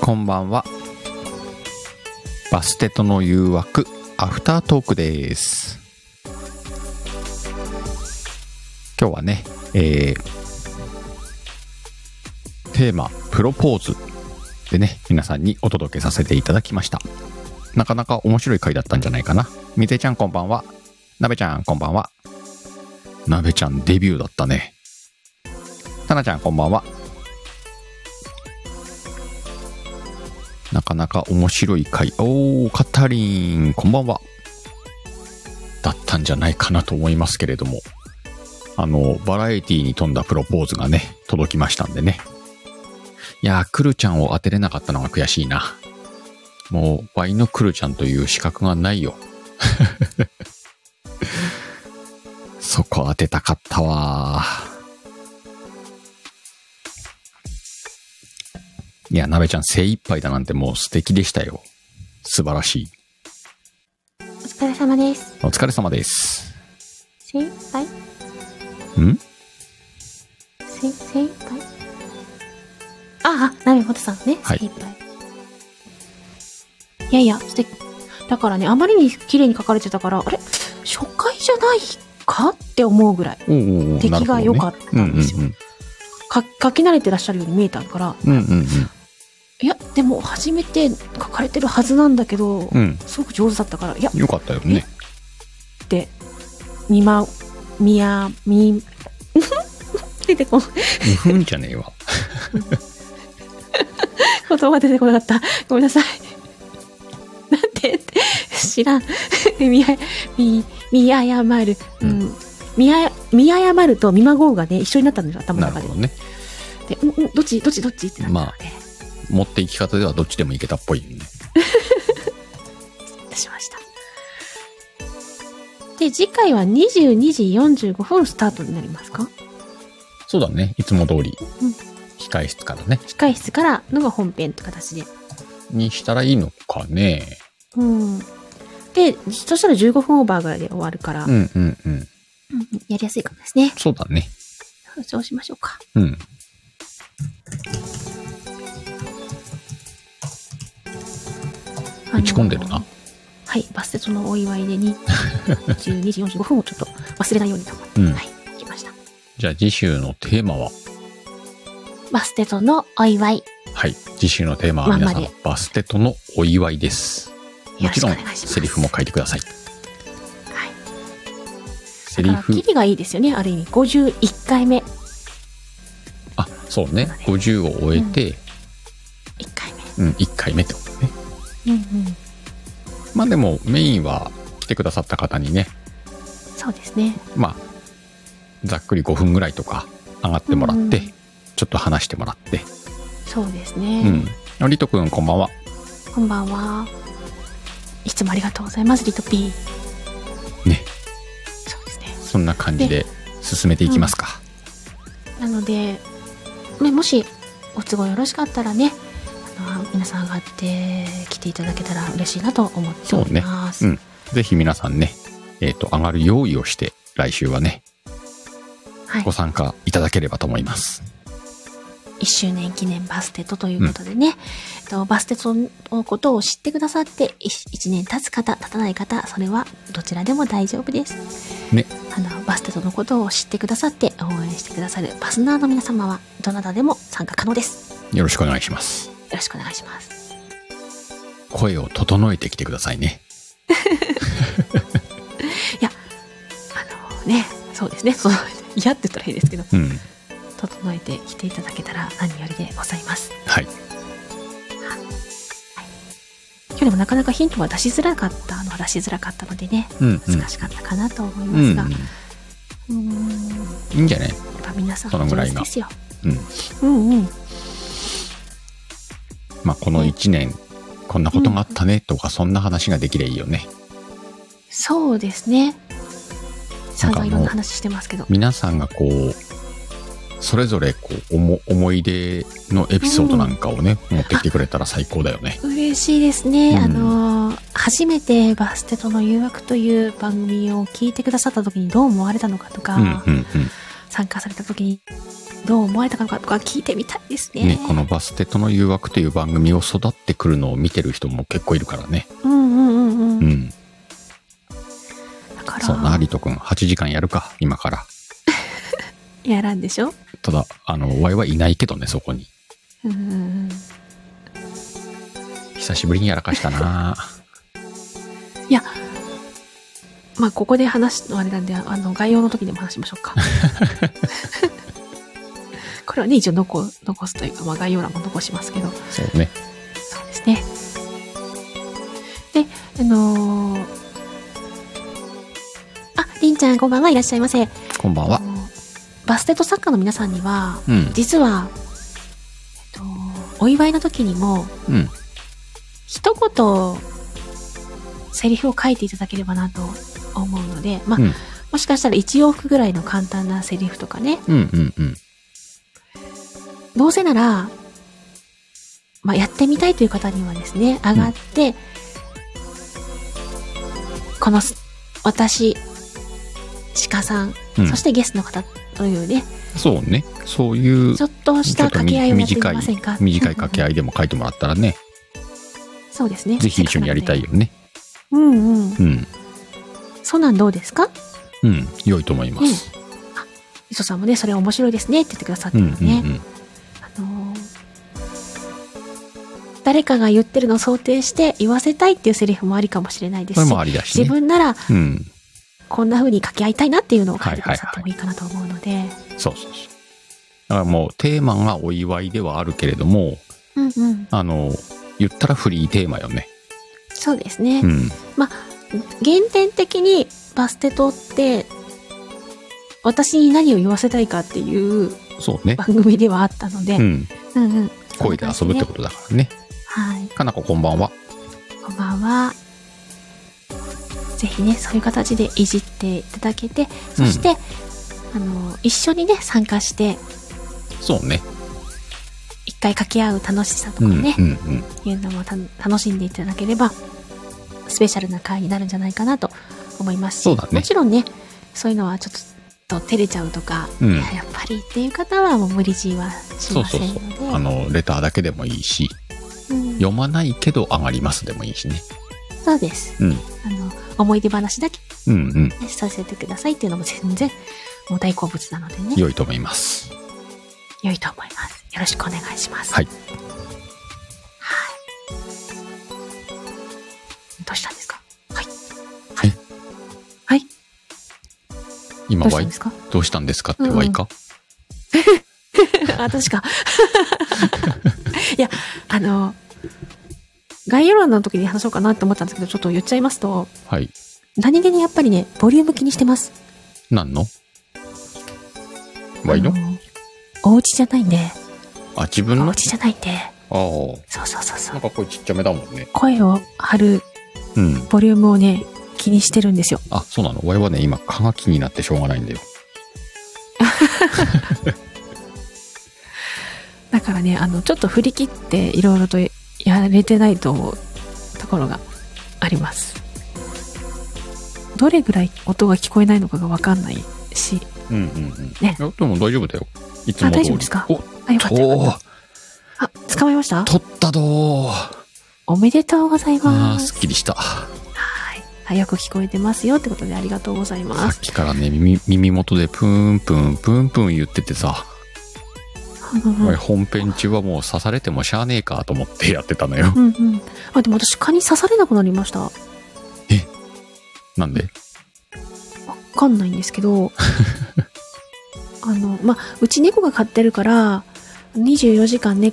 こんばんはバステとの誘惑アフタートークです今日はねえーテーマプロポーズでね皆さんにお届けさせていただきましたなかなか面白い回だったんじゃないかなみてちゃんこんばんはなべちゃんこんばんはなべちゃんデビューだったねたなちゃんこんばんはなかなか面白い回。おー、カタリン、こんばんは。だったんじゃないかなと思いますけれども。あの、バラエティに富んだプロポーズがね、届きましたんでね。いやー、クルちゃんを当てれなかったのが悔しいな。もう、倍のクルちゃんという資格がないよ。 そこ当てたかったわいや、鍋ちゃん精一杯だなんてもう素敵でしたよ。素晴らしい。お疲れ様です。お疲れ様です。精一杯ん精精一杯ああ、なるほどさんね。はい精一杯。いやいや、素敵。だからね、あまりに綺麗に書かれてたから、あれ初回じゃないかって思うぐらい。おうおう出来が良かっったんですよ。か書き慣れてらっしゃるように見えたから、うんうんうん。いや、でも初めて書かれてるはずなんだけど、うんうん。すごく上手だったから、いや、良かったよね。って、見ま、見や、見、 出てこんうふんじゃねえわ。言葉出てこなかった。ごめんなさい。なんてって知らん。見あ、見、見誤る。うん。見あ、見誤ると見まごうがね、一緒になったんですよ、頭のなる中でほど。ね。で、うん、うん、どっち、どっち、どっちってなったので、持って行き方ではどっちでもいけたっぽいよね。出しました。で、次回は22時45分スタートになりますかそうだね。いつも通りうん。控え室からね。控室からのが本編って形で。にしたらいいのかね。うん。で、そしたら15分オーバーぐらいで終わるから、うんうんうん。うんうんやりやすいかもですね。そうだね。そうしましょうか。うん。打ち込んでるあなの。はい、バステとのお祝いでに12時45分をちょっと忘れないようにと思って、うんはい、行きました。じゃあ次週のテーマはバステとのお祝い、よはい。次週のテーマは皆さまんんま、バステとのお祝いです。もろちしくおろん願いし、ます。セリフも書いてください。はい。セリあキフ、リがいいですよね、ある意味。51回目。あ、そうね。50を終えて、 1回うん、1回目ってことね。目。うんうん。まあでも、メインは来てくださった方にね、そうですね。まあ、ざっくり5分ぐらいとか上がってもらって、うんうんちょっと話してもらって、そうですうね。ん。あリト君こんばんは。こんばんは。いつもありがとうございます、リトピー。ね、そうですね。そんな感じで進めていきますか。なので、ね、もしご都合よろしかったらねあの皆さん上がって来ていただけたら嬉しいなと思っております。そうねぜひ皆さんね、えっ、と、上がる用意をして、来週はね、はいご、参加いただければと思います。 1周年記念バステットということでね、えっとバステットのことを知ってくださって 1, 年経つ方経たない方それはどちらでも大丈夫です。ねあのバステットのことを知ってくださって応援してくださるバスナーの皆様はどなたでも参加可能です。よろしくお願いします。よろしくお願いします。声を整えてきてくださいね。あのねそうですねそう嫌って言ったらいいですけどうん。整えてきていただけたら何よりでございますはい。今日でもなかなかヒントは出しづらかったのは出しづらかったのでねうん、うん難しかったかなと思ういんますが、う。うんーんいいんじゃないやっぱ皆さんそのぐらい上手がですよ、うん。うんうんまあ、この1年、こんなことがあったねとか、そんな話ができればいいよね。そうですねなん散かもう々いろんな話してますけど皆さんがこう、それぞれこう思思い出のエピソードなんかをね、持ってきてくれたら最高だよね。嬉しいですね、うんあのー初めて「バステとの誘惑」という番組を聞いてくださった時にどう思われたのかとか、うんうんうん。参加された時にどう思われたかとか聞いてみたいですね。ね、この「バステとの誘惑」という番組を育ってくるのを見てる人も結構いるからねうんうんうんう。うんんだから、そうなりとくん8時間やるか今からやらんでしょただあのワイはいないけどねそこにうんうんうん。久しぶりにやらかしたないや、まあ、ここで話すのあれなんで、あの、概要の時でも話しましょうか。これはね、一応残残すというか、まあ、概要欄も残しますけど、そうねそうですね。で、あのーあ、りんちゃん、こんばんはいらっしゃいませ。こんばんあはのバステット作家の皆さんには、うん実は、えっと、お祝いの時にも、うん一言セリフを書いていただければなと思うので、まあうんもしかしたら1往復ぐらいの簡単なセリフとかねうんうんうんどうせなら、まあ、やってみたいという方にはですね上がって、このす私鹿さん、うんそしてゲストの方というねそうねそういうちょっとした掛け合いをやってみませんか短い掛け合い合いでも書いてもらったらね そうですねぜひ一緒にやりたいよねうんうんうんそんなんどうですかうん良いと思います磯さんもねそれ面白いですねって言ってくださったうのんうんね、うんあのー誰かが言ってるのを想定して言わせたいっていうセリフもありかもしれないでそすれし、もありだし自ね分ならうんこんな風に掛け合いたいなっていうのを書いてくはいはいはいださってもいいかなと思うので、そうそうそうだからもうテーマがお祝いではあるけれどもうんうん、あの言ったらフリーテーマよねそうですね、うん原点的にバステトって私に何を言わせたいかっていうそうね番組ではあったので、うんうんうん、声で遊ぶってことだからねはいかなここんばんはこんばんは。ぜひね、そういう形でいじっていただけて、そして、あの、一緒にね、参加して、そうね一回掛け合う楽しさとうかんうんね、うんいうのもた楽しんでいただければ、スペシャルな回になるんじゃないかなと思いますし、そうだねもちろんね、そういうのはちょっと照れちゃうとか、うんいややっぱりっていう方はもう無理強いはしそうまそせうんのそでう、あのレターだけでもいいしうん読まないけど上がりますでもいいしねそうです。うんあの、思い出話だけうんうんねさせてくださいっていうのも全然もう大好物なのでね良いと思います良いと思いますよろしくお願いしますはいはいどうしたんですかはいはいえはい今どうしたはんですかどうしたんですかってワイかあ確か いやあの概要欄の時に話そうかなって思ったんですけどちょっと言っちゃいますとはい何気にやっぱりねボリューム気にしてます何のワイのあのお家じゃないんであ自分おのあ家じゃないんであーそうそうそうそなんうか声ちっちゃめだもんね声を張るうんボリュームをね気にしてるんですよあそうなのワイはね今蚊が気になってしょうがないんだよだからねあのちょっと振り切っていろいろとやれてないと思うところがありますどれぐらい音が聞こえないのかが分かんないしうんうんうんねいやでも大丈夫だよいつもあ通り大丈夫ですかおあよかったよとかったあ捕まえました取ったどーおめでとうございあまーすすっきりしたはいあよく聞こえてますよってことでありがとうございさまっすきからね耳耳元でプーンプーンプーンプーン言っててさ、うんおい本編中はもう刺されてもしゃあねえかと思ってやってたのようんうんあでも私蚊に刺されなくなりましたわなんでかんないんですけどあのまあうち猫が飼ってるから24時間ね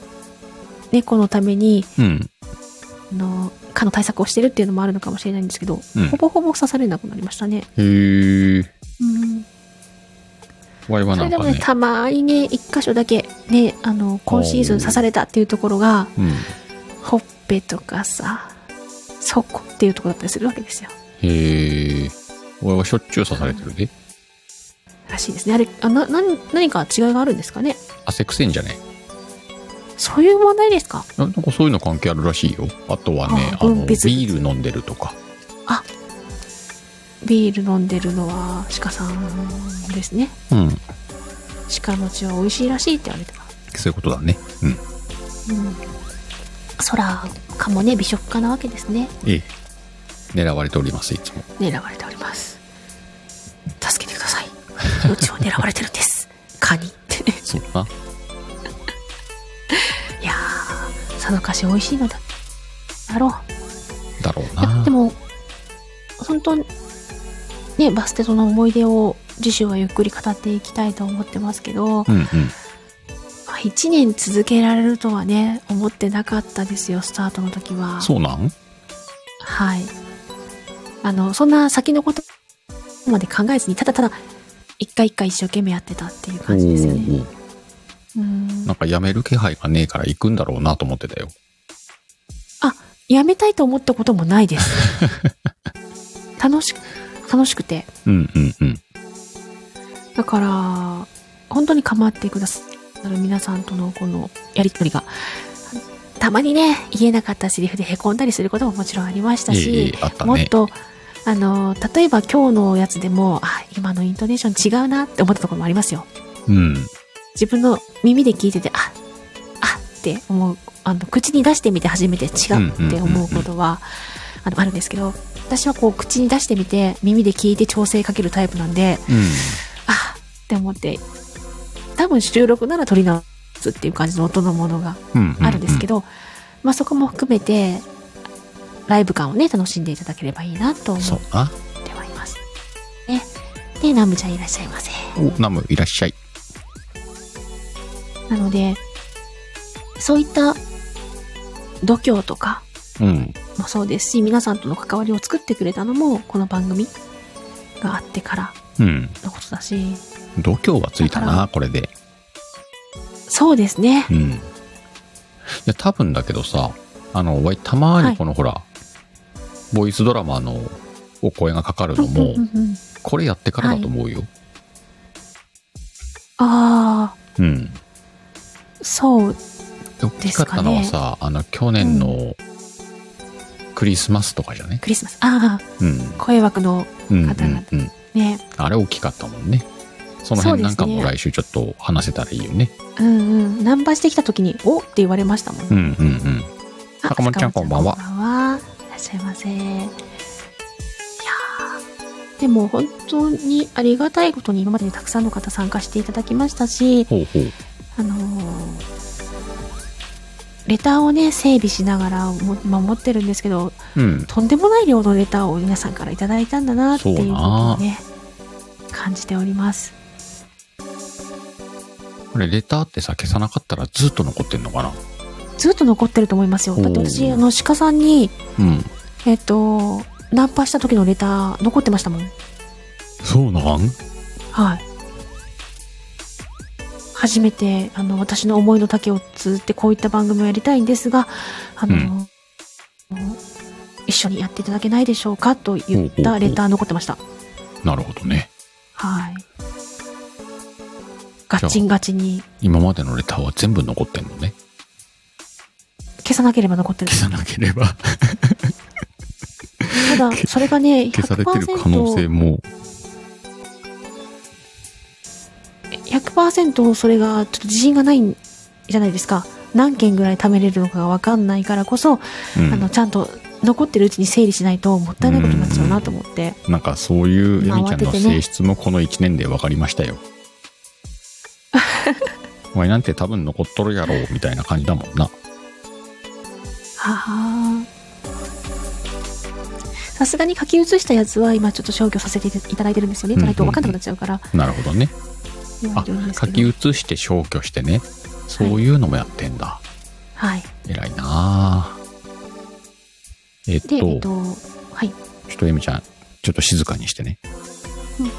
猫のためにうんあの蚊の対策をしてるっていうのもあるのかもしれないんですけど、うんほぼほぼ刺されなくなりましたね。へえうん、ワイはそなれんでかもねねたまにね一箇所だけねあの今シーズン刺されたっていうところがうんほっぺとかさそこっていうところだったりするわけですよ。へえワイはしょっちゅう刺されてるでらしいですね。あれあな何何か違いがあるんですかね汗くせえんじゃねそういう問題ですかえなんかそういうの関係あるらしいよあとはねああの分ビ泌ール飲んでるとかビール飲んでるのは鹿さんですね。うん鹿餅は美味しいらしいって言われてますそういうことだね。うん。うん空かもね美食家なわけですねええ。狙われております、いつも。狙われております助けてください命を狙われてるんですカニってそうだな。いやーさぞかし美味しいのだだろうだろういやなで。も本当ねバステとの思い出を次週はゆっくり語っていきたいと思ってますけうんうど、ん。まあ1年続けられるとはね思ってなかったですよスタートの時はそうなんはいあのそんな先のことまで考えずにただただ一回一回一生懸命やってたっていう感じですよおねーおーうんなんかやめる気配がねえから行くんだろうなと思ってたよ。やめたいと思ったこともないです 楽しく楽しくてうんうんうん。だから本当に構ってくださる皆さんとのこのやり取りがたまにね言えなかったセリフでへこんだりすることももちろんありましたええええし、あったもっね。とあの例えば今日のやつでもあ今のイントネーション違うなって思ったところもありますようん。自分の耳で聞いててああって思うあの口に出してみて初めて違うって思うことはあのあるんですけど私はこう口に出してみて耳で聞いて調整かけるタイプなんでうん。あって思って多分収録なら撮り直すっていう感じの音のものがうんうあるんですけど。ど、まあ、そこも含めてライブ感をね楽しんでいただければいいなと思そうっな。てはいます。ね、でナムちゃんいらっしゃいませ。お、ナムいらっしゃい。なのでそういった度胸とかうん。もそうですし皆さんとの関わりを作ってくれたのもこの番組があってからうん。のことだし度胸はついただかな、これで。そうですねうん。いや、多分だけどさ、あの、わいたまにこの、ほら、ボイスドラマのお声がかかるのもう、んうんうんこれやってからだと思うよ。ああうん。そう大きかったのはですさ、あの、去年のクリスマスとかじゃね。クリスマスああうん。声枠のうん、うん方々うん。ねあれ大きかったもんね。その辺なんかそもうです来ね週ちょっと話せたらいいよね。うんうんナンパしてきた時に「おっ!」って言われましたもんね、うんうんうん。あ坂本ちゃん坂こんばんはこんばんは。いらっしゃいませ。いやーでも本当にありがたいことに今までにたくさんの方参加していただきましたし、ほうほう。あのーレターをね整備しながらも守ってるんですけどうん。とんでもない量のレターを皆さんからいただいたんだなっていうことをね感じておりますこれレターってさ、消さなかったらずっと残ってんのかなずっと残ってると思いますよだって私おーあの鹿さんにうん。えっとナンパした時のレター残ってましたもんそうなんはい。初めて、あの、私の思いの丈を通ってこういった番組をやりたいんですが、あの、うん一緒にやっていただけないでしょうかと言ったレター残ってました。なるほどね。はい。ガチンガチに今までのレターは全部残ってんのね。消さなければ残ってる。消さなけれ ばただ、それがね、100%消されてる可能性も。 100%それがちょっと自信がないんじゃないですか。何件ぐらい貯めれるのかがわかんないからこそ、うんあのちゃんと残ってるうちに整理しないともったいないことになっちゃうなと思って、なんかそういうエミちゃんの性質もこの1年で分かりました よ。お前なんて多分残っとるやろみたいな感じだもんな。はあさすがに書き写したやつは今ちょっと消去させていただいてるんですよね、うんじゃないと分かんなくなっちゃうからなるほどね。言あわれてるんで、す書けきど写して消去してね。そういうのもやってんだ。はい偉いなあえっと、でえっちょとはいっとエミちゃん、ちょっと静かにしてね。うん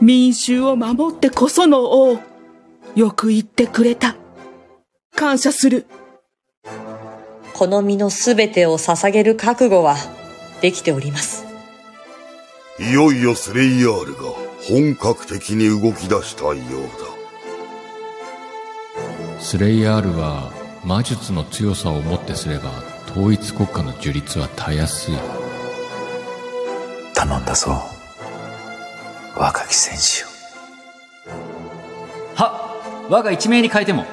民衆を守ってこその王。よく言ってくれた。感謝する。この身のすべてを捧げる覚悟はできております。いよいよスレイヤールが本格的に動き出したようスレイヤールは魔術の強さをもってすれば統一国家の樹立はたやすい頼んだぞ若き戦士よは我が一命に変えても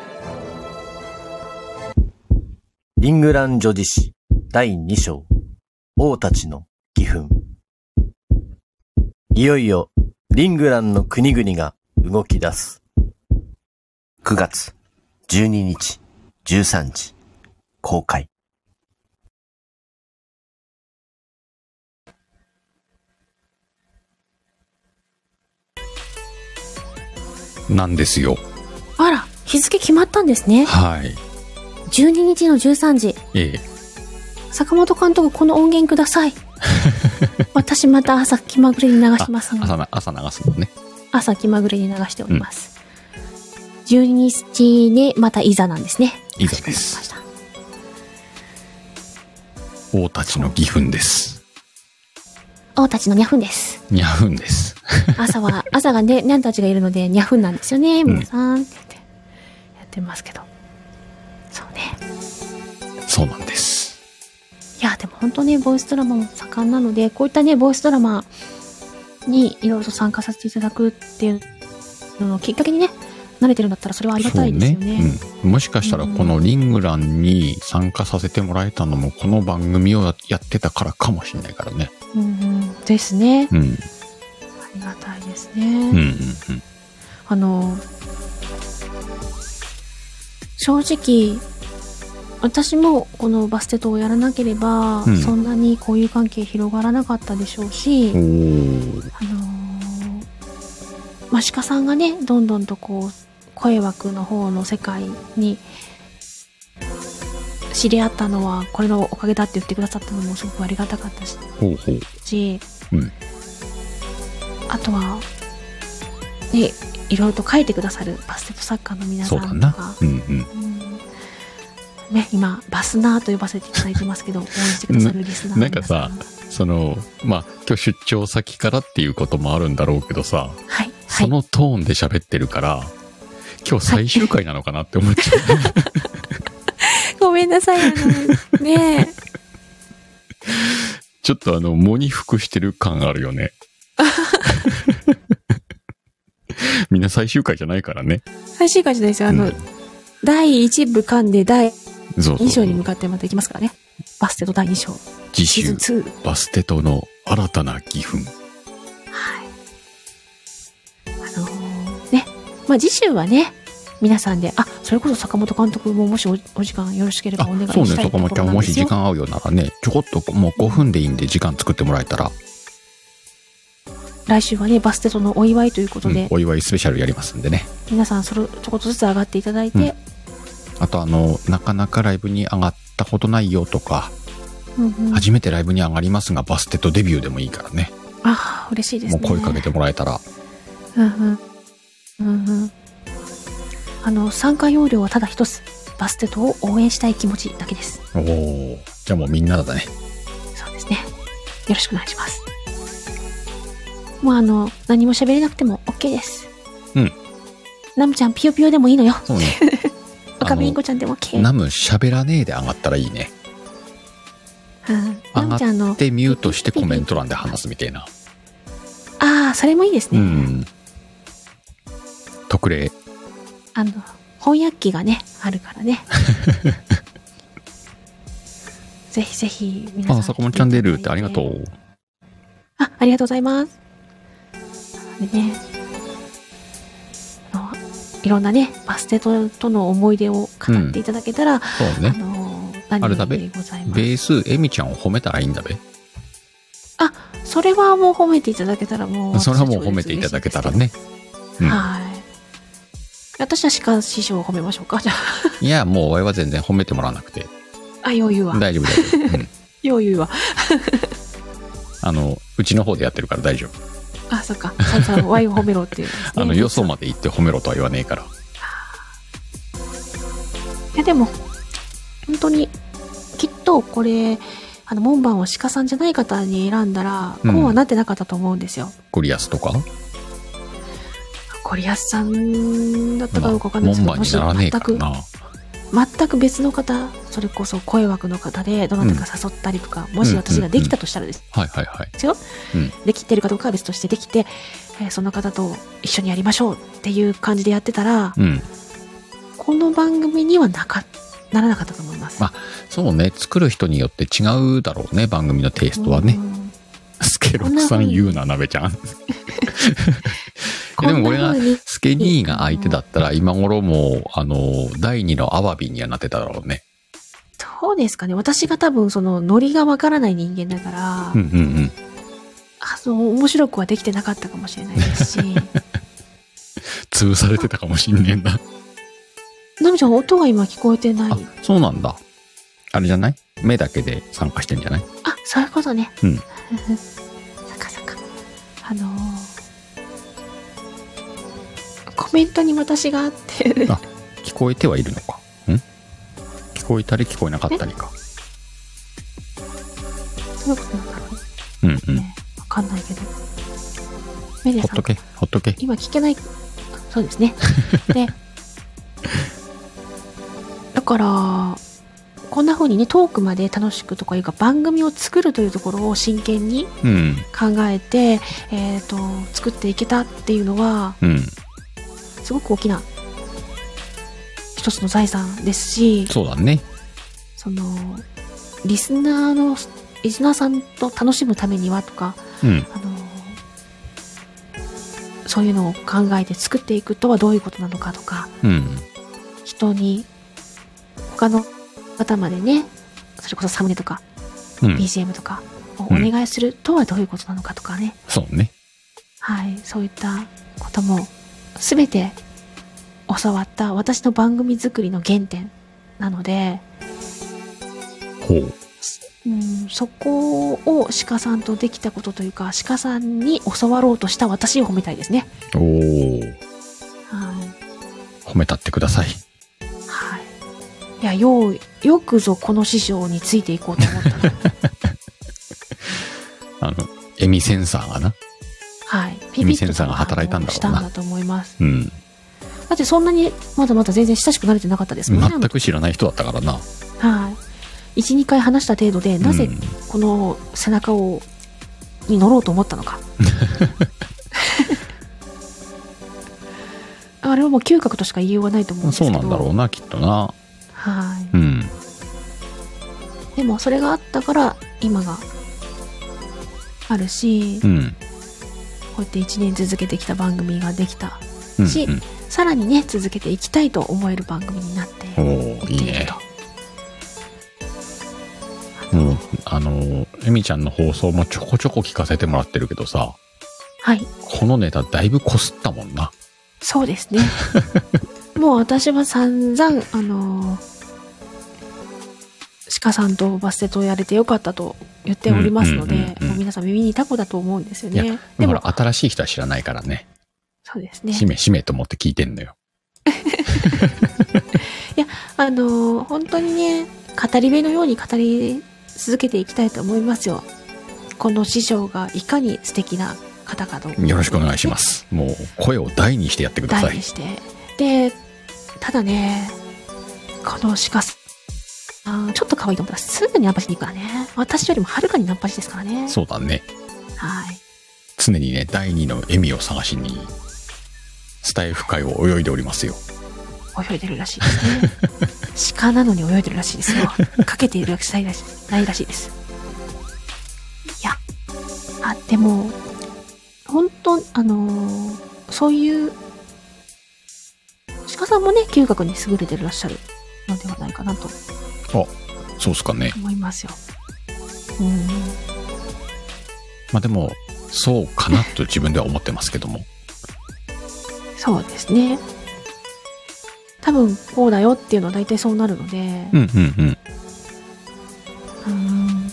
リングラン女子史第2章王たちの義憤いよいよリングランの国々が動き出す9月12日13時公開なんですよあら、日付決まったんですね。はい12日の13時。ええ坂本監督、この音源くだ さい。私また朝気まぐれに流しますので朝な朝流すのね朝気まぐれに流しております。12日でまたいざなんですね。いざでわかりますした王たちの義憤です王たちのニャフンです。にゃふんです朝 は、朝がね、ニャンたちがいるので、ニャフンなんですよね、皆さん。って言ってやってますけど。そうね。そうなんですいやでも本当ねボイスドラマも盛んなのでこういったねボイスドラマにいろいろと参加させていただくっていうのをきっかけにね慣れてるんだったらそれはありがたいですよね。うん、もしかしたらこのリングランに参加させてもらえたのもこの番組をやってたからかもしれないからねうんうんですね。うんありがたいですうんうんね。うんあの正直私もこのバステトをやらなければ、うんそんなに交友関係広がらなかったでしょうし、おーあのーまシカさんがねどんどんとこう声枠の方の世界に知り合ったのはこれのおかげだって言ってくださったのもすごくありがたかったしほうほううんあとはねいろいろと書いてくださるバステット作家の皆さそんうだとなか。うんうんうんね、今バスナーと呼ばせていただいてます けど応援してくださるリスナーの皆さななんかそのまあ今日出張先からっていうこともあるんだろうけどさ、はいはそいのトーンで喋ってるから今日最終回なのかなって思っ ちゃう、ごめんなさいあのねえちょっとあの、喪に服してる感あるよ ね。みんな最終回じゃないからね。最終回じゃないですよあの、うん第1部間で第そうそう2章に向かってまた行きますからね。バステと第2章、次シ週ー、ズン2。バステとの新たな義憤。はい。あのーね。まあ次週はね、皆さんで、あ、それこそ坂本監督ももしおお時間よろしければあお願い、したそいうとね、こ坂ろ本ちゃん、なんもでしす時よ。間合うようならね、ちょこっともう5分でいいんで時間作ってもらえたら、来週はね、バステとのお祝いということうんで、お祝いスペシャルやりますんでね。皆さんそれちょこっとずつ上がっていただいて、あとあの、なかなかライブに上がったことないよとか、うんうん初めてライブに上がりますが、バステとデビューでもいいからね、あー嬉しいですもうね。声かけてもらえたら、うんうん。うんうん。あの、参加要領はただ一つ。バステとを応援したい気持ちだけです。おおじゃあもうみんなだね。そうですね。よろしくお願いします。もうあの、何も喋れなくても OK です。うん。ナムちゃん、ピヨピヨでもいいのよ。 そうね。赤ビンコちゃんでも OK。ナム喋らねえで上がったらいいね。うん。ナムちゃんの、で、ミュートしてコメント欄で話すみたいな。ああ、それもいいですうね。ん。特例。あの、翻訳機がね、あるか らね。ぜひぜひ、皆さん。あ、坂本ちゃん出るってありがとう。う。あ、ありがとうございます。でね、あのいろんなね、バステととの思い出を語っていただけたら、そうあね。のー、何あよれだべりでございまベす。ース、エミちゃんを褒めたらいいんだべ。それはもう褒めていただけたらもう。それはもう褒めていただけたらね。う私んは嬉しいですけど。はい。私は鹿師匠を褒めましょうか。じゃあ、いや、もう俺は全然褒めてもらわなくて。あ、余裕は。大丈夫大丈夫。うん。余裕は。あの、うちの方でやってるから大丈夫。あ、そっか。さんさん、ワインを褒めろっていう、あの、よそまで行って褒めろとは言わねえから。いやでも本当にきっとこれあの門番を鹿さんじゃない方に選んだら、うんこうはなってなかったと思うんですよ。ゴリアスとかゴリアスさんだったかどうかわかんない門ですけど、番にならねえからもしな。全く別の方それこそ声枠の方でどなたか誘ったりとか、もし私ができたとしたらですはいはいはい。よ、うんできてるかどうかは別としてできて、えーその方と一緒にやりましょうっていう感じでやってたら、うん。この番組にはなかならなかったと思います。まあそうね、作る人によって違うだろうね、番組のテイストはねう。んスケロクさん言うな、なべちゃん。こでんもな俺が風にスケ兄が相手だったら、今頃もう、あの、第二のアワビにはなってただろうね。そうですかね私が多分そのノリがわからない人間だから、うんうんうん。あその面白くはできてなかったかもしれないですし 潰されてたかもしんねえな。ナミちゃん音が今聞こえてないあ、そうなんだ。あれじゃない目だけで参加してんじゃないあ そういうことね。うんそっかそっか。あのー、コメントに私があって、あ、聞こえてはいるのか。ん聞こえたり聞こえなかったりか。そういうことなのか なわうんうん。かんないけど。メデほィアっさとん、け、ほっとけ。今聞けない。そうですね。で、だから、こんな風にね、トークまで楽しくとかいうか、番組を作るというところを真剣にうん。考えて、えっ、と、作っていけたっていうのは、うん。すごく大きな一つの財産ですしそうだね。そのリスナーのリスナーさんと楽しむためにはとかうん。あのそういうのを考えて作っていくとはどういうことなのかとかうん。人に他の方までねそれこそサムネとかうん。 BGM とかをおうん願いするとはどういうことなのかとかね、そうね。はいそういったことも全て教わった私の番組作りの原点なので、ほう。うん、そこを鹿さんとできたことというか鹿さんに教わろうとした私を褒めたいですね。おー。はい褒めたってください。はい、いやようよくぞこの師匠についていこうと思ったなあの、エミセンサーがな。はいユミセンサーが働いたんだろうなピピッとしたんだと思いますうん。だってそんなにまだまだ全然親しくなれてなかったですもんね全く知らない人だったからな。はい12回話した程度でなぜうんこの背中をに乗ろうと思っ たのかあれはもう嗅覚としか言いようがないと思うんですけそうどなんだろうな、きっとな。はいうん。でもそれがあったから今があるし、うこん。うやって1年続けてきた番組ができたうんしうんさらにね続けていきたいと思える番組になっておいーっていいいるねと。もう、あの、エミちゃんの放送もちょこちょこ聞かせてもらってるけどさ、はいこのネタだいぶこすったもんな。そ うですねもう私は散々あのー鹿さんとバステとやれてよかったと言っておりますので、うんうんうんうんもう皆さん耳にタコだと思うんですよいねででももほら、新しい人は知らないからね。そうですねしめしめと思って聞いてんのよ。あのー本当にね語り部のように語り続けていきたいと思いますよこの師匠がいかに素敵な方かとよろしくお願いします。もう、声を大にしてやってくださ題いに。してでただねこの鹿さんちょっと可愛いと思ったらすぐにナンパしに行くからね私よりもはるかにナンパしですからねそうだね。はい常にね、第二のエミを探しに、スタイフ界を泳いでおりますよ。泳いでるらしい ですね鹿なのに泳いでるらしいですよかけているわけないらしいないらしいですいやあでも本当あのーそういう鹿さんもね嗅覚に優れてらっしゃるのではないかなとそうっすかね。思いますようんまあでも、そうかなと自分では思ってますけども。そうですね多分こうだよっていうのは大体そうなるのでうんうんうん。うん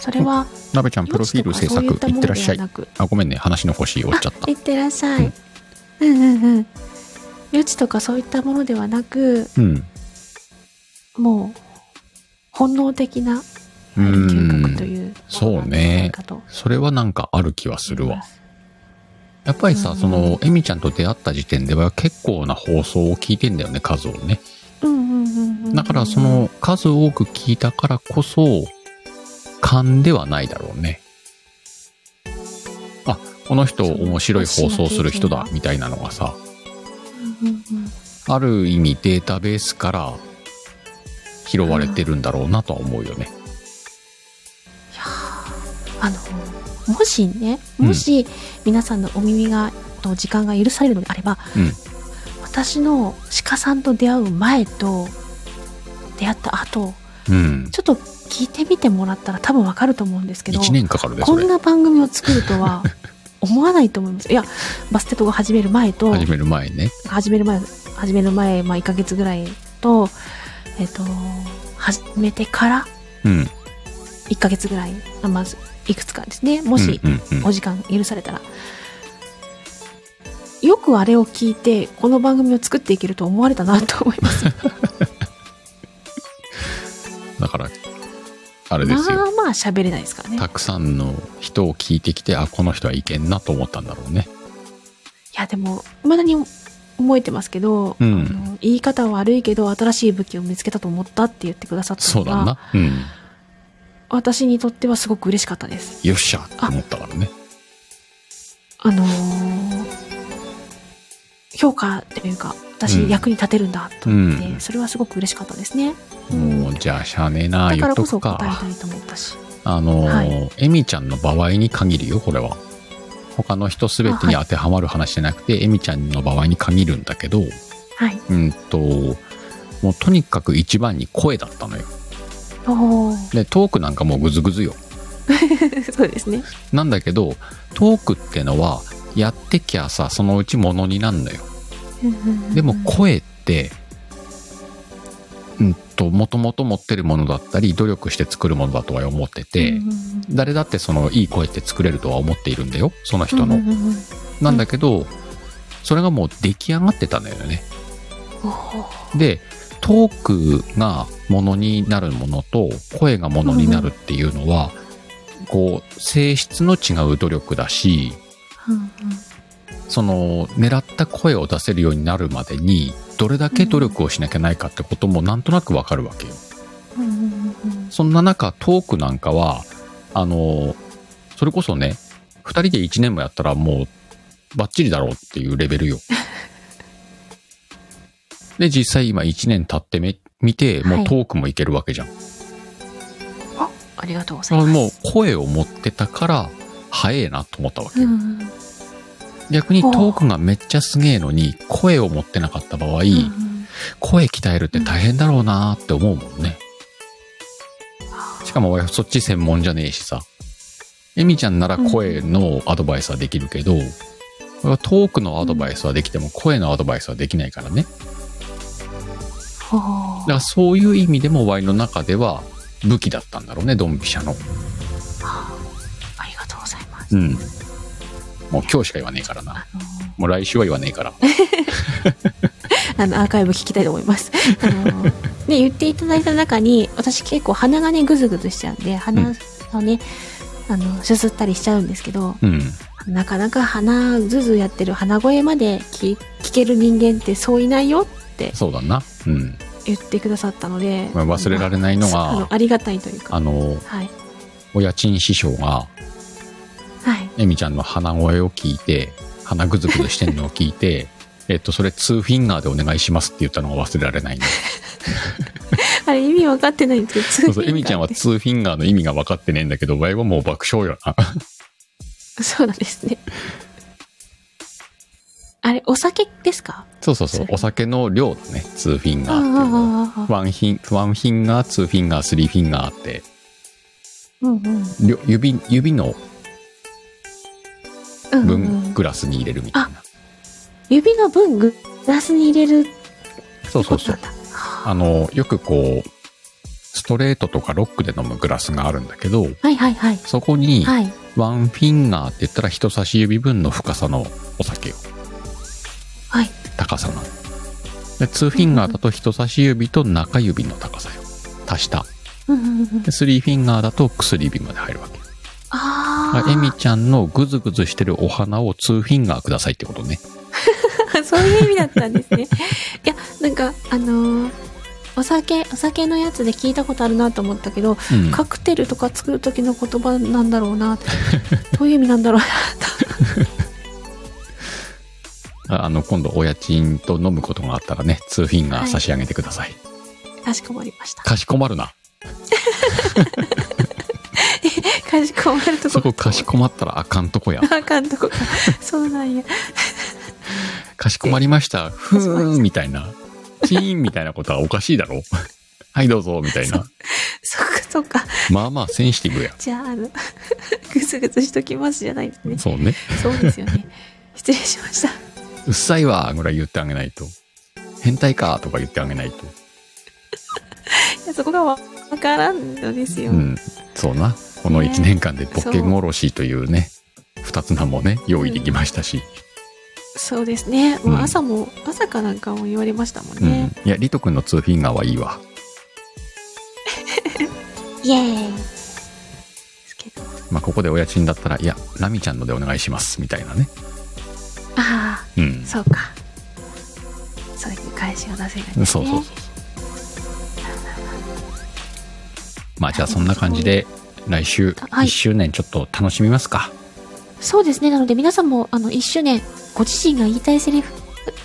それはなべちゃん、プロフィール制作、いってらっしゃい。くあ、ごめんね、話の腰折っちゃっあた。いってらっしゃい、うんうん、うんうん余地とかそういったものではなくうん。もう本能的なう嗅覚とん。いうそうねものなんじゃないかとそれはなんかある気はするわ。やっぱりさ、うんその、エミちゃんと出会った時点では結構な放送を聞いてんだよね、数をね。うんうんうんだからその数多く聞いたからこそ、勘ではないだろうね。あ、この人面白い放送する人だ、みたいなのがさ、ある意味データベースから拾われてるんだろうなとは思うよね。あのもしねもし皆さんのお耳がの時間が許されるのであれば、うん私の鹿さんと出会う前と出会った後うん。ちょっと聞いてみてもらったら多分わかると思うんですけど1年かかるで、こそれん。な番組を作る とは思わないと思いますいやバステットが始める前と始める前ね。始める前始める前、まあ、1ヶ月ぐらいとえっ、と始めてからうん。 1ヶ月ぐらいあまずいくつかですねもし、うんうんうんお時間許されたらよくあれを聞いてこの番組を作っていけると思われたなと思いますだから、あれでますよ。あまあ喋れないですからねいたくさんの人を聞いてきて、あ、この人はいけんなと思ったんだろうね。やでも未だに思えてますけど、うんあの言い方は悪いけど新しい武器を見つけたと思ったって言ってくださったそのうがだな。うん。私にとってはすごく嬉しかったですよっしゃって思ったからね。あのー評価というかう私ん役に立てるんだと思って、うんそれはすごく嬉しかったですねもう、じゃあ、しゃあねえな、だか言っらとこそく答えたか。いと思ったしあのはー、エミちゃんの場合に限るよ、これは。他の人すべてにあ当てはまる話じゃなくて、エミちゃんの場合に限るんだけど、はいうんと、もうとにかく一番に声だったのよ。おーで、トークなんかもうグズグズよ。 そうですねなんだけど、トークってのは、やってきゃさ、そのうちものになんのよ。でも声って、うんと、もともと持ってるものだったり、努力して作るものだとは思ってて、誰だってそのいい声って作れるとは思っているんだよ、その人の。うんうんうんうんなんだけど、それがもう出来上がってたんだよね。おーで、トークがものになるものと、声がものになるっていうのは、こう、性質の違う努力だし、うんうんその狙った声を出せるようになるまでにどれだけ努力をしなきゃないかってこともなんとなくわかるわけよ。うんうんうんそんな中トークなんかはあのそれこそね2人で1年もやったらもうバッチリだろうっていうレベル よ。で実際今1年経ってみ見てもはういトークもいけるわけじゃん。ありがとうございあます。もう声を持ってたから早えなと思ったわけうよ。んうん逆にトークがめっちゃすげえのに声を持ってなかった場合、うん声鍛えるって大変だろうなーって思うもんね。しかも俺そっち専門じゃねえしさ。エミちゃんなら声のアドバイスはできるけど、俺はトークのアドバイスはできても声のアドバイスはできないからね。ほだうからそういう意味でもワイの中では武器だったんだろうね、ドンピシャの。ありがとうございます。うん。もう今日しか言わねえからな。あのもう来週は言わねえから。あのアーカイブ聞きたいと思い ます。あのね言っていただいた中に私結構鼻がねグズグズしちゃうんで鼻をね、あのすすったりしちゃうんですけどうん。なかなか鼻ズズやってる鼻声まで聞聞ける人間ってそういないよってそうだな。うん。言ってくださったのでまあ忘れられないのが あのありがたいというあかの、はいお家賃師匠が、はいエミちゃんの鼻声を聞いて、鼻ぐずぐずしてんのを聞いて、 えっと、それ2フィンガーでお願いしますって言ったのが忘れられ ないんで。あれ意味分かってないんですけそど、うそう、エミちゃんは通2フィンガーの意味が分かってねえんだけど、場合はもう爆笑よな。そうなんですね。あれ、お酒ですか そうそうそう、お酒の量ね、2フィンガーっていうのは。ああ、ワンフィン、ワンフィンガー、ツーフィンガー、スリーフィンガーって、うんうん。りょ指、指のうんうん分、グラスに入れるみたいな。指の分、グラスに入れるそうそうそうこ。となんだ。あの、よくこう、ストレートとかロックで飲むグラスがあるんだけど、はいはいはい。そこに、はい。ワンフィンガーって言ったら人差し指分の深さのお酒をはい。高さなのでツーフィンガーだと人差し指と中指の高さよ足したうんうんうん。でスリーフィンガーだと薬指まで入るわけあだからエミ あ。ちゃんのグズグズしてるお花をツーフィンガーくださいってことね そういう意味だったんですね。いや、なんか、あのーお酒お酒のやつで聞いたことあるなと思ったけど、うんカクテルとか作る時の言葉なんだろうなどういう意味なんだろうなああの、今度お家賃と飲むことがあったらね、ツーフィンガー差し上げてください。とかしこまりましたかしこまるな。かしこまるとこそこかしこまったらあかんとこや。あかんとこかそうなんやかしこまりました。ふーん、みたいな。チーンみたいなことはおかしいだろ。はい、どうぞ、みたいな。そっかそっかまあまあ、センシティブや。じゃああの グズグズしときますじゃないですねそうね。そうですよね失礼しましたうっさいわ、ぐらい言ってあげないと。変態か、とか言ってあげないと。いやそこがわからんのですよ、うん、そうな。この1年間でボッケンおろしというね、2つ名もね、用意できましたし。そうですねもううん朝も、朝かなんかも言われましたもんうん。ね、いや、リト君のツーフィンガーはいいわ。 イエーイですけどまあ、ここでお家賃だったら、いや、ナミちゃんのでお願いします、みたいなね。あうあん。そうかそれに返しを出せないです、ね、そうそうそうまあ、じゃあそんな感じで、来週はい1周年ちょっと楽しみますか。そうですねなので皆さんもあの1周年ご自身が言いたいセリフ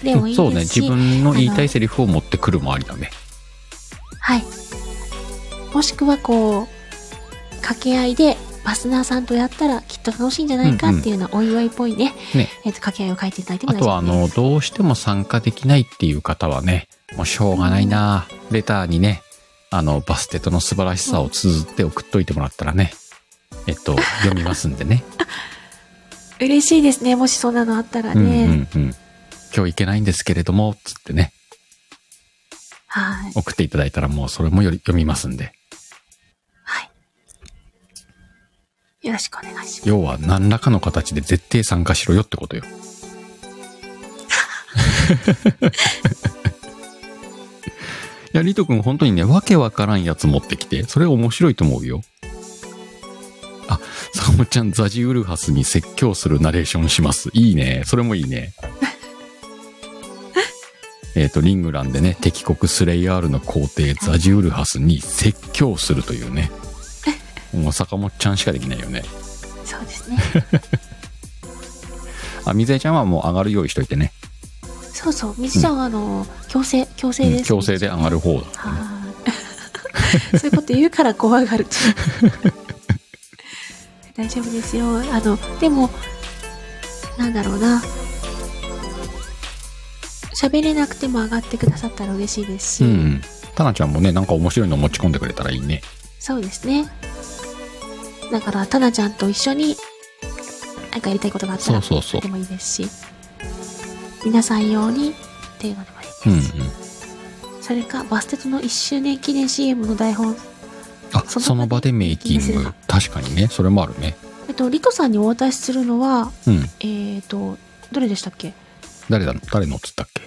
でもいいですそしうね、自分の言いたいセリフを持ってくるもありだね。はいもしくはこう掛け合いでバスナーさんとやったらきっと楽しいんじゃないかっていうようなお祝いっぽいね,、ねえっと掛け合いを書いていただいてもあ大と丈は、あ夫ですの、どうしても参加できないっていう方はね、もうしょうがないな、レターにね、あの、バステトの素晴らしさを綴って送っといてもらったらね、えっ と、読みますんでね。嬉しいですねもしそんなのあったらうんうね、んうん。今日行けないんですけれども、つってね、はい送っていただいたらもうそれもより読みますんで。よろしくお願いします要は何らかの形で絶対参加しろよってことよ。いや、リト君本当にね、わけわからんやつ持ってきて、それ面白いと思うよ。あ、サモちゃんザジウルハスに説教するナレーションします。いいね。それもいいね。えっと、リングランでね、敵国スレイヤールの皇帝ザジウルハスに説教するというね。もう坂本ちゃんしかできないよね。そうですねあ、水江ちゃんはもう上がる用意しといてね。そうそう水ちゃんはあの強制強制です、強制で上がる方だ。はいそういう こと言うから怖がる 大丈夫ですよあのでもなんだろうな喋れなくても上がってくださったら嬉しいですし、うんうん。タナちゃんもね、なんか面白いの持ち込んでくれたらいいね。そうですねだからタナちゃんと一緒になんかやりたいことがあったそらうそうそうで。もいいですし皆さん用にっていうのでもいいですし、うんうん。それかバステトの1周年記念 CM の台本あ、その場でその場でメイキング。確かにね、それもあるね。えっと、リトさんにお渡しするのは、うん。えっ、と、どれでしたっけ誰だの誰のっつったっけ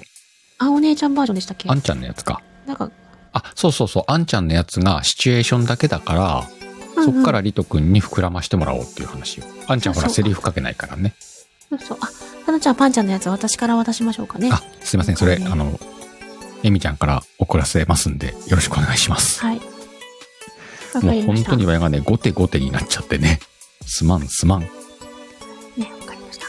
あ、お姉ちゃんバージョンでしたっけあんちゃんのやつか。なんか、あ、そうそうそう。あんちゃんのやつがシチュエーションだけだから、そっからリト君に膨らましてもらおうっていう話よ。あんちゃんほらあそセうかリフかけないからね。そうそう。あ、タナちゃん、パンちゃんのやつ私から渡しましょうかね。あ、すいません。それ、そうねあの、エミちゃんから送らせますんで、よろしくお願いします。はい。わかもうりま本した。当に親がね、後手後手になっちゃってね。すまんすまん。ね、わかりました。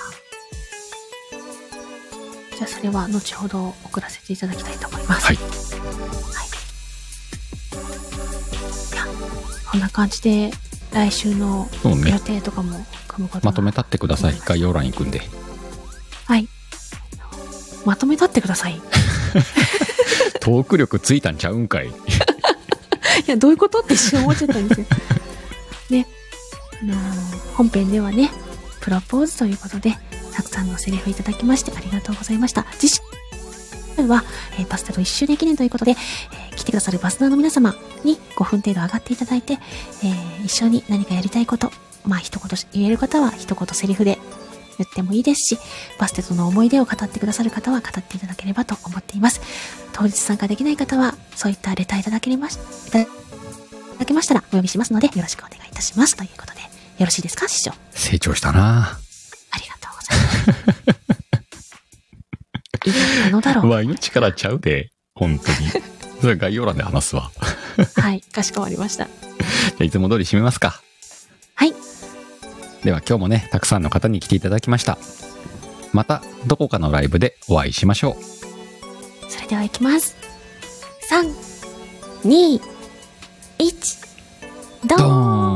じゃあ、それは後ほど送らせていただきたいと思います。はいこんな感じで、来週のそう予ね。定とかも組むことがまとめたってください。概要欄に行くんで。はい。まとめたってください。いトーク力ついたんちゃうんかい。や、どういうことって一瞬思っちゃったんですよ。ね。あのー本編ではね、プロポーズということで、たくさんのセリフいただきましてありがとうございました。次週は、えーバスタの1周年記念ということで、えー来てくださるバスナーの皆様に5分程度上がっていただいて、えー一緒に何かやりたいこと、まあ一言言える方は一言セリフで言ってもいいですし、バステとの思い出を語ってくださる方は語っていただければと思っています。当日参加できない方は、そういったレターいただけれまし、いただけましたらお呼びしますので、よろしくお願いいたします。ということで、よろしいですか、師匠。成長したなありがとうございます。いいのだろう。 ワイの力ちゃうで。本当に。それ概要欄で話すわ。じはい、かしこまりました。ゃあいつも通り締めますか。はい、では今日もね、たくさんの方に来ていただきました。また、どこかのライブでお会いしましょう。それでは行きます。3、2、1、ドーン